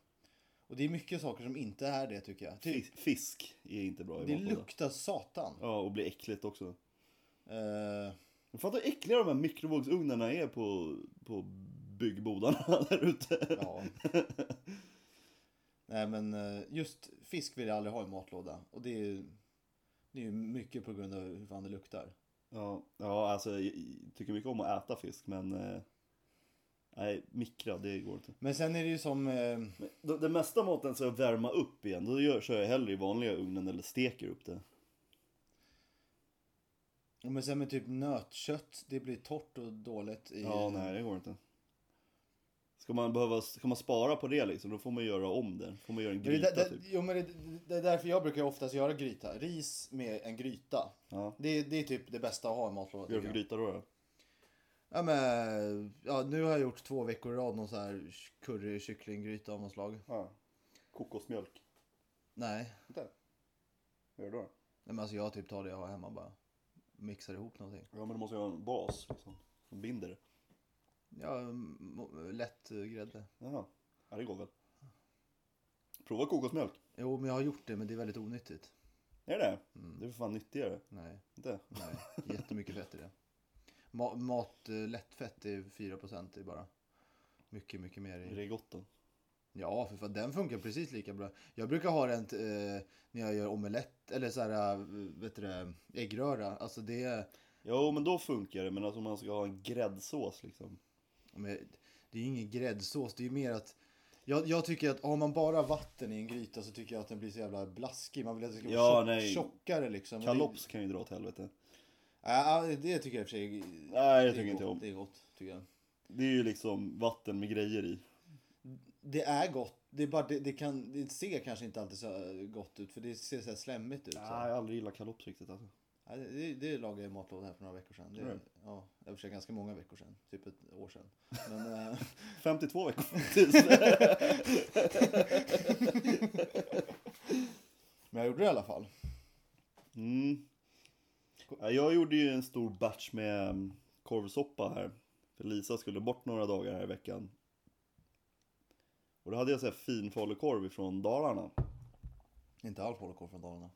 C: Och det är mycket saker som inte är det tycker jag. Typ,
B: Fis- Fisk är inte bra i
C: det
B: matlåda.
C: luktar satan.
B: Ja, och blir äckligt också.
C: Eh,
B: Men Fattar hur äckliga de här mikrovågsugnarna är på, på byggbodarna där ute.
C: ja. Nej men eh, just fisk vill jag aldrig ha i matlåda. Och det är ju, det är ju mycket på grund av hur fan det luktar.
B: Ja, ja alltså jag jag tycker mycket om att äta fisk men eh, Nej, mikra, det går inte.
C: Men sen är det ju som, eh,
B: Men det, det mesta maten ska jag värma upp igen. Då gör, kör jag hellre i vanliga ugnen eller steker upp det.
C: Ja, Men sen med typ nötkött, det blir torrt och dåligt i...
B: Ja, nej det går inte. Eh, Ska man behöva, ska man spara på det liksom, då får man göra om det. Får man göra en
C: Men det,
B: gryta
C: det,
B: typ.
C: Jo men det, det är därför jag brukar oftast göra gryta. Ris med en gryta.
B: Ja.
C: Det, det är typ det bästa att ha i matlådan.
B: Gör
C: tycker
B: för
C: jag.
B: gryta då då?
C: Ja men, ja, nu har jag gjort två veckor i rad någon sån här curry kycklinggryta av något slag.
B: Ja. Kokosmjölk.
C: Nej,
B: Inte? Vad gör du då?
C: Nej men alltså jag typ tar det jag har hemma bara. Mixar ihop någonting.
B: Ja men du måste ju ha en bas liksom. Som binder det.
C: Ja, m- lätt eh, grädde.
B: Jaha. Ja det går väl. Prova kokosmjölk.
C: Jo men jag har gjort det men det är väldigt onyttigt.
B: Är det Det är för fan nyttigare.
C: Nej,
B: Inte?
C: nej. Jättemycket fett i det. Ma- mat, eh, lättfett är 4% det är bara. Mycket, mycket mer i.
B: Är det gott då?
C: Ja, för fan, den funkar precis lika bra. Jag brukar ha den eh, när jag gör omelett eller så här, eh, vet du det, äggröra. Alltså det,
B: Jo men då funkar det. Men alltså om man ska ha en gräddsås liksom.
C: om jag- det är ju ingen gräddsås. Det är ju mer att... Jag, jag tycker att har man bara vatten i en gryta så tycker jag att den blir så jävla blaskig. Man vill att det ska vara
B: Ja,
C: tjock,
B: nej.
C: tjockare liksom. Och det-
B: Kalops kan ju dra åt helvete.
C: Ja, ja, det tycker jag i och för sig.
B: Nej, jag
C: det är
B: tycker inte
C: gott,
B: om.
C: Det är gott, tycker jag.
B: Det är ju liksom vatten med grejer i.
C: Det är gott. Det är bara det, det kan... Det ser kanske inte alltid så gott ut för det ser så här slemmigt ut. Så.
B: Nej, jag har aldrig gillat kalops riktigt alltså.
C: Ja, det- det, det lagade jag i matlådan här för några veckor sedan. Det,
B: Tror du?
C: ja, jag försökte ganska många veckor sedan. Typ ett år sedan. Men, eh,
B: 52 veckor faktiskt.
C: men jag gjorde det i alla fall.
B: Mm. Ja, Jag gjorde ju en stor batch med mm, korvsoppa här. För Lisa skulle bort några dagar här i veckan. Och då hade jag så här fin falukorv ifrån Dalarna.
C: Inte all falukorv från Dalarna.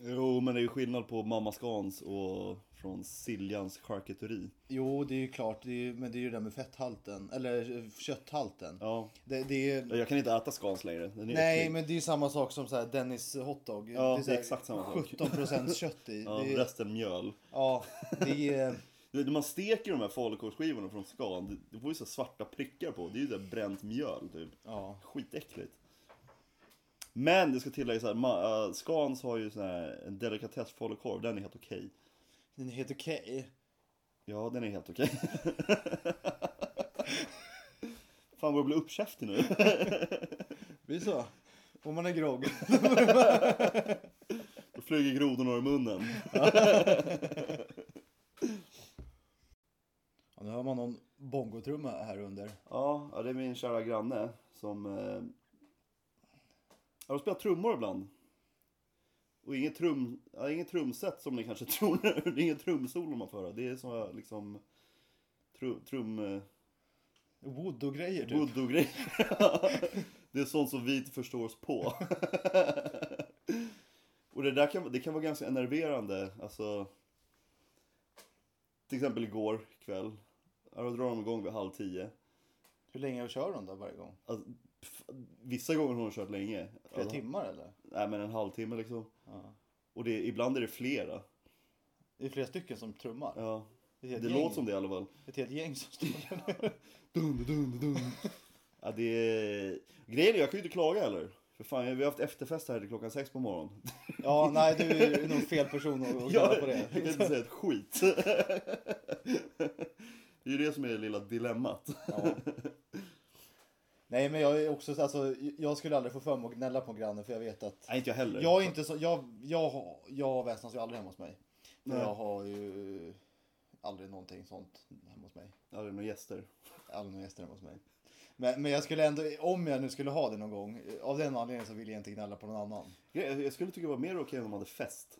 B: Jo, men det är ju skillnad på Mamma Scans och från Siljans charkuteri.
C: Jo, det är ju klart. Det är, ju- men det är ju det där med fetthalten. Eller eh, kötthalten.
B: Ja,
C: Det, det är,
B: jag kan inte äta Scans längre. Den är
C: nej,
B: äcklig.
C: men det är ju samma sak som så här Dennis hotdog.
B: Ja,
C: så
B: det är
C: här
B: exakt samma sak.
C: 17% kött i.
B: Ja,
C: det, är-
B: resten mjöl.
C: ja, det är... eh,
B: Du vet, när man steker de här falukorvsskivorna från Scan, det- det får ju så svarta prickar på. Det är ju där bränt mjöl typ.
C: Ja.
B: Skitäckligt. Men det ska tilläggas att uh, Scans har ju sån här, en delikatess falukorv, den är helt okej.
C: Den är helt okej.
B: Ja, den är helt okej. Fan vad jag blir uppkäftig nu.
C: Det är så. Om man är grogg.
B: Då flyger grodorna ur munnen.
C: Ja, nu hör man någon bongotrumma här under.
B: Ja, ja, det är min kära granne som... Eh, ja, de spelar trummor ibland. Och inget, trum, ja, inget trumset som ni kanske tror nu. Det är inget trumsolo man får höra. Det är som eh, liksom... Tru, trum... Eh,
C: Wood och grejer typ.
B: Wood och grejer. det är sånt som vi inte förstår oss på. och det där kan, det kan vara ganska enerverande. Alltså, till exempel igår kväll. Ja, Då drar de igång vid halv tio.
C: Hur länge kör de då varje gång?
B: Alltså, pff, vissa gånger har hon kört länge.
C: Flera
B: Alltså,
C: timmar eller?
B: Nej men en halvtimme liksom.
C: Ja.
B: Och det, ibland är det flera.
C: Det är flera stycken som trummar.
B: Ja,
C: Det, är
B: det
C: ett helt gäng.
B: låter som det i alla fall.
C: Ett helt gäng som står där.
B: Dun, dun, dun. Ja, det är... Grejen är, jag kan ju inte klaga heller. För fan, vi har haft efterfest här till klockan sex på morgonen.
C: Ja, nej du är nog fel person att att
B: Ja,
C: kolla på
B: Jag kan
C: det.
B: inte säga ett skit. Det är ju det som är det lilla dilemmat.
C: Ja. Nej men jag är också så- alltså, jag skulle aldrig få för mig att gnälla på grannen för jag vet att
B: Nej, inte jag heller.
C: jag är inte så, jag, jag, har- jag väsnas ju aldrig hemma hos mig. För
B: Nej.
C: jag har ju aldrig någonting sånt hemma hos mig.
B: Ja, det är några gäster.
C: Aldrig några gäster hemma hos mig. Men, men jag skulle ändå, om jag nu skulle ha det någon gång, av den anledningen så vill jag inte gnälla på någon annan.
B: Jag, jag skulle tycka det var mer okej om de hade fest.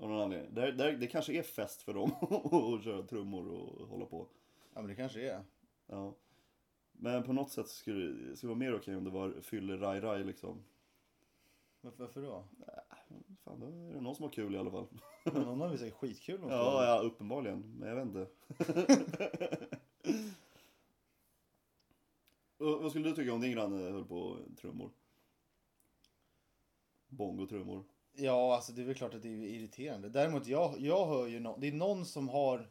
B: Av någon anledning. Där, där, det kanske är fest för dem att köra trummor och hålla på.
C: Ja men det kanske är.
B: Ja. Men på något sätt skulle det skulle vara mer okej om det var fyller-raj-raj liksom.
C: Varför, varför då?
B: Fan, då är det någon som har kul i alla fall.
C: Men Någon har väl säkert skitkul om
B: Ja, ja uppenbarligen. Men jag vet inte. Och Vad skulle du tycka om din granne höll på trummor? Bongo-trummor.
C: Ja, alltså det är väl klart att det är irriterande. Däremot, jag, jag hör ju någon, det är någon som har...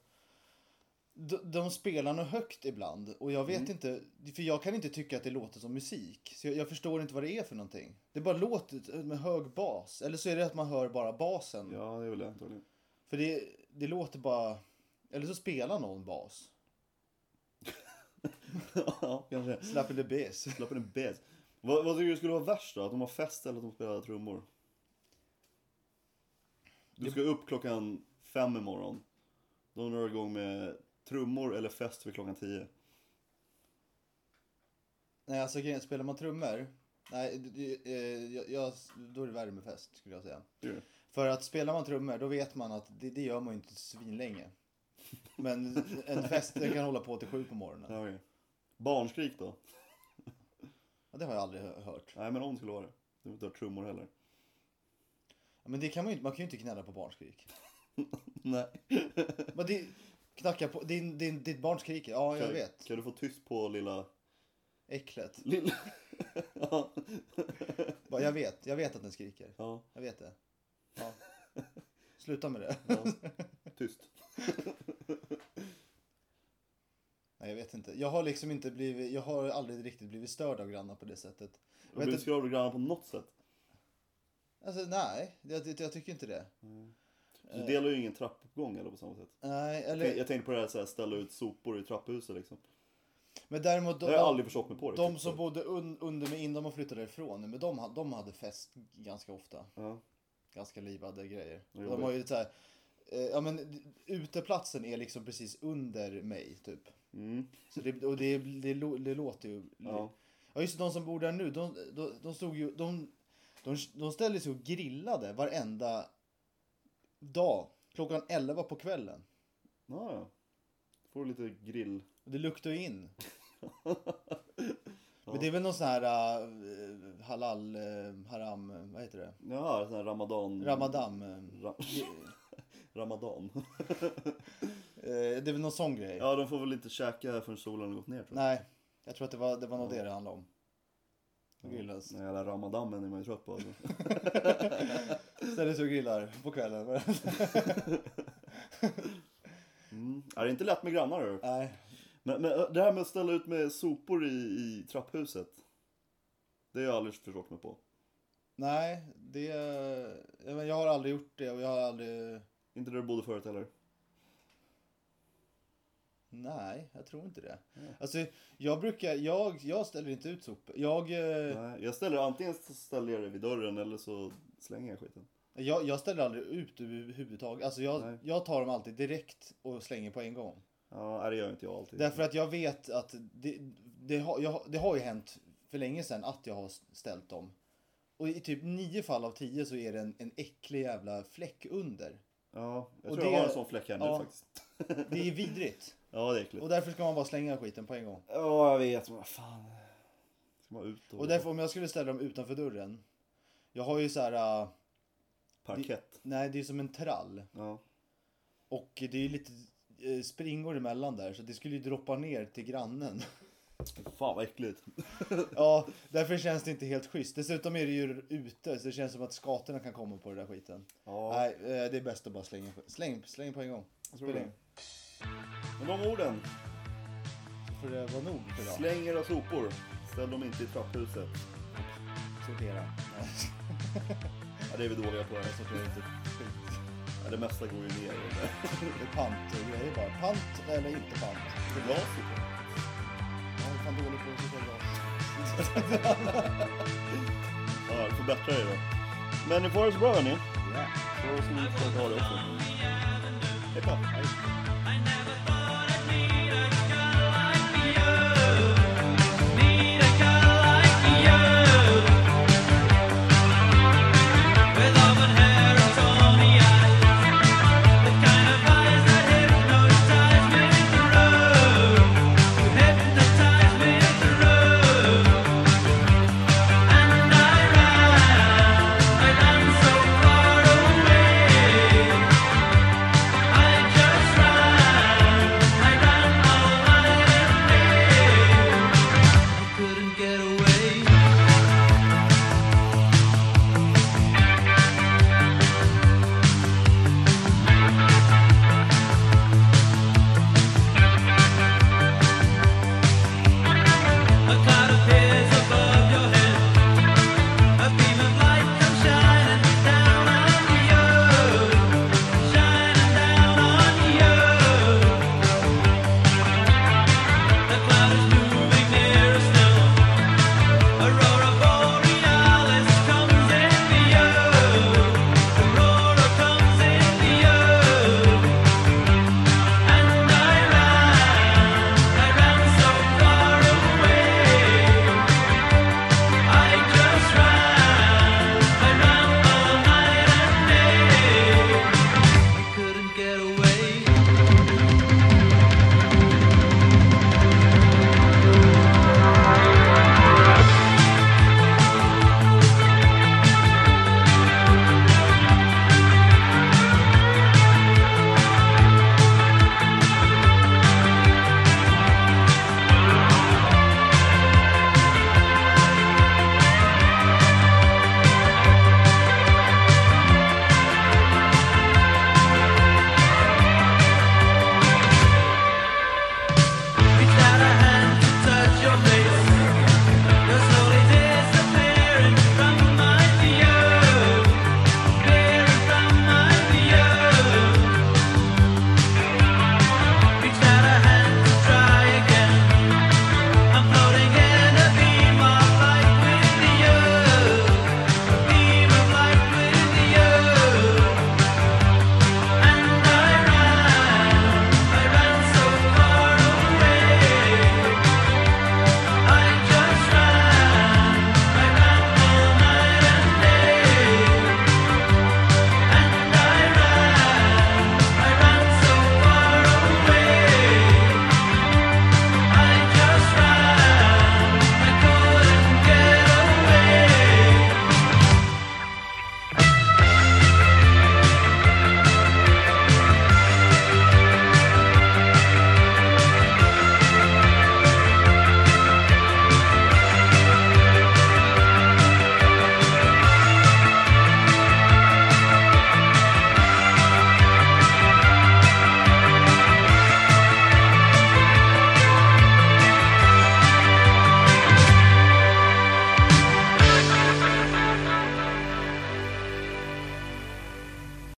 C: De, de spelar något högt ibland och jag vet inte, för jag kan inte tycka att det låter som musik. Så jag, jag förstår inte vad det är för någonting. Det bara låter äh, med hög bas, eller så är det att man hör bara basen.
B: Ja, det är väl det antagligen.
C: För det, det låter bara... Eller så spelar någon bas.
B: ja, kanske.
C: Slap in the bass.
B: Slapp en bäs. Vad, vad tycker du skulle vara värst då? Att de har fest eller att de spelar trummor? Du ska upp klockan fem imorgon. De drar igång med trummor eller fest vid klockan tio.
C: Nej, alltså grejen, spelar man trummor, nej, det- det- eh, jag, jag, då är det värre med fest skulle jag säga.
B: Det är det.
C: För att spelar man trummor då vet man att det, det gör man ju inte svinlänge. Men en fest den kan hålla på till sju på morgonen.
B: Ja, okej. Barnskrik då?
C: Ja, det har jag aldrig hö- hört.
B: Nej, men om det skulle vara det. Du behöver inte ha trummor heller.
C: Men det kan man ju inte, man kan ju inte knälla på barnskrik.
B: Nej.
C: Men det, knacka på, din, din, ditt barn skriker, ja jag
B: Kan,
C: vet.
B: kan du få tyst på lilla...
C: Äcklet.
B: lilla... ja.
C: Bara, Jag vet, jag vet att den skriker.
B: ja,
C: Jag vet det. Ja. Sluta med det.
B: ja. Tyst.
C: Nej, jag vet inte. Jag har liksom inte blivit, jag har aldrig riktigt blivit störd av grannar på det sättet.
B: Jag blir
C: inte-
B: skravlig grannar på något sätt.
C: Alltså nej, jag, jag, jag tycker inte det.
B: Mm. Du delar ju ingen trappuppgång eller på samma sätt.
C: Nej, Eh. eller,
B: Jag, jag tänkte på det här, så här ställa ut sopor i trapphuset liksom.
C: men däremot
B: Det typ,
C: de,
B: har jag aldrig förstått mig på
C: de
B: riktigt.
C: som bodde un, under mig innan de flyttade ifrån, men de, ha- de hade fest ganska ofta.
B: Ja.
C: Ganska livade grejer.
B: Vad
C: De
B: jobbigt.
C: har ju så här, eh, ja men uteplatsen är liksom precis under mig typ.
B: Mm.
C: Så det, och det, det, lå- det låter ju...
B: Ja.
C: Ja, just det, de som bor där nu, de, de, de stod ju... De, de, de ställde sig och grillade varenda dag. Klockan 11 på kvällen.
B: Ja, ja. Får lite grill.
C: Och det luktade ju in. Men det är väl någon sån här eh, halal, eh, haram, eh, vad heter det?
B: Ja, sån här ramadan.
C: Ramadan. eh,
B: Ra- ramadan.
C: eh, det är väl någon sån grej.
B: Ja, de får väl inte käka förrän solen har gått ner tror jag.
C: Nej, jag tror att det var, det var nog det det handlade om. De grillades.
B: Den jävla ramadanen är man ju trött på alltså.
C: Ställer sig och grillar på kvällen.
B: Mm. Ja, det är inte lätt med grannar hörru.
C: Nej.
B: Men, men det här med att ställa ut med sopor i, i trapphuset. Det har jag aldrig förstått mig på.
C: Nej, det... Jag, men, jag har aldrig gjort det och jag har aldrig...
B: Inte där du bodde förut heller.
C: Nej, jag tror inte det. Alltså, jag brukar... Jag, jag ställer inte ut sopor. Jag, eh,
B: Nej, jag ställer antingen så ställer jag det vid dörren eller så slänger jag skiten.
C: jag, jag ställer aldrig ut överhuvudtaget. Alltså, jag,
B: Nej.
C: jag tar dem alltid direkt och slänger på en gång.
B: Ja, nej, det gör inte jag alltid.
C: Därför att jag vet att det, det, har, jag, har- det har ju hänt för länge sedan att jag har ställt dem. Och i typ nio fall av tio så är det en, en äcklig jävla fläck under.
B: Ja, jag tror
C: Och det-
B: jag har en sån fläck här nu
C: ja.
B: faktiskt.
C: Det är vidrigt.
B: Ja, det är äckligt.
C: Och därför ska man bara slänga skiten på en gång.
B: Ja, jag vet. Men vad fan. Ska man ut och,
C: Och därför om jag skulle ställa dem utanför dörren. Jag har ju så här. äh,
B: parkett?
C: nej, det är som en trall.
B: Ja.
C: Och det är ju lite eh, springor emellan där så det skulle ju droppa ner till grannen.
B: Fan vad äckligt.
C: ja, därför känns det inte helt schysst. Dessutom är det ju ute så det känns som att skatorna kan komma på den där skiten.
B: Ja,
C: Nej, eh, det är bäst att bara slänga. Släng, släng på en gång.
B: jag tror det.
C: Spring.
B: Med de orden,
C: För det var nog för idag.
B: släng era sopor. Ställ dem inte i trapphuset.
C: Sortera. Ja,
B: Ja, det är vi dåliga på. Det, här, så
C: sortera inte skit.
B: ja, det mesta går ju ner. i det.
C: Det är pant och grejer bara. Pant eller inte pant.
B: Glas sopor.
C: Jag är fan dålig på att sortera glas.
B: Ja, du får bättra dig då. Men ni får ha det så bra hörni.
C: Ja.
B: Så ska vi försöka ha det också. Hej då. Hej.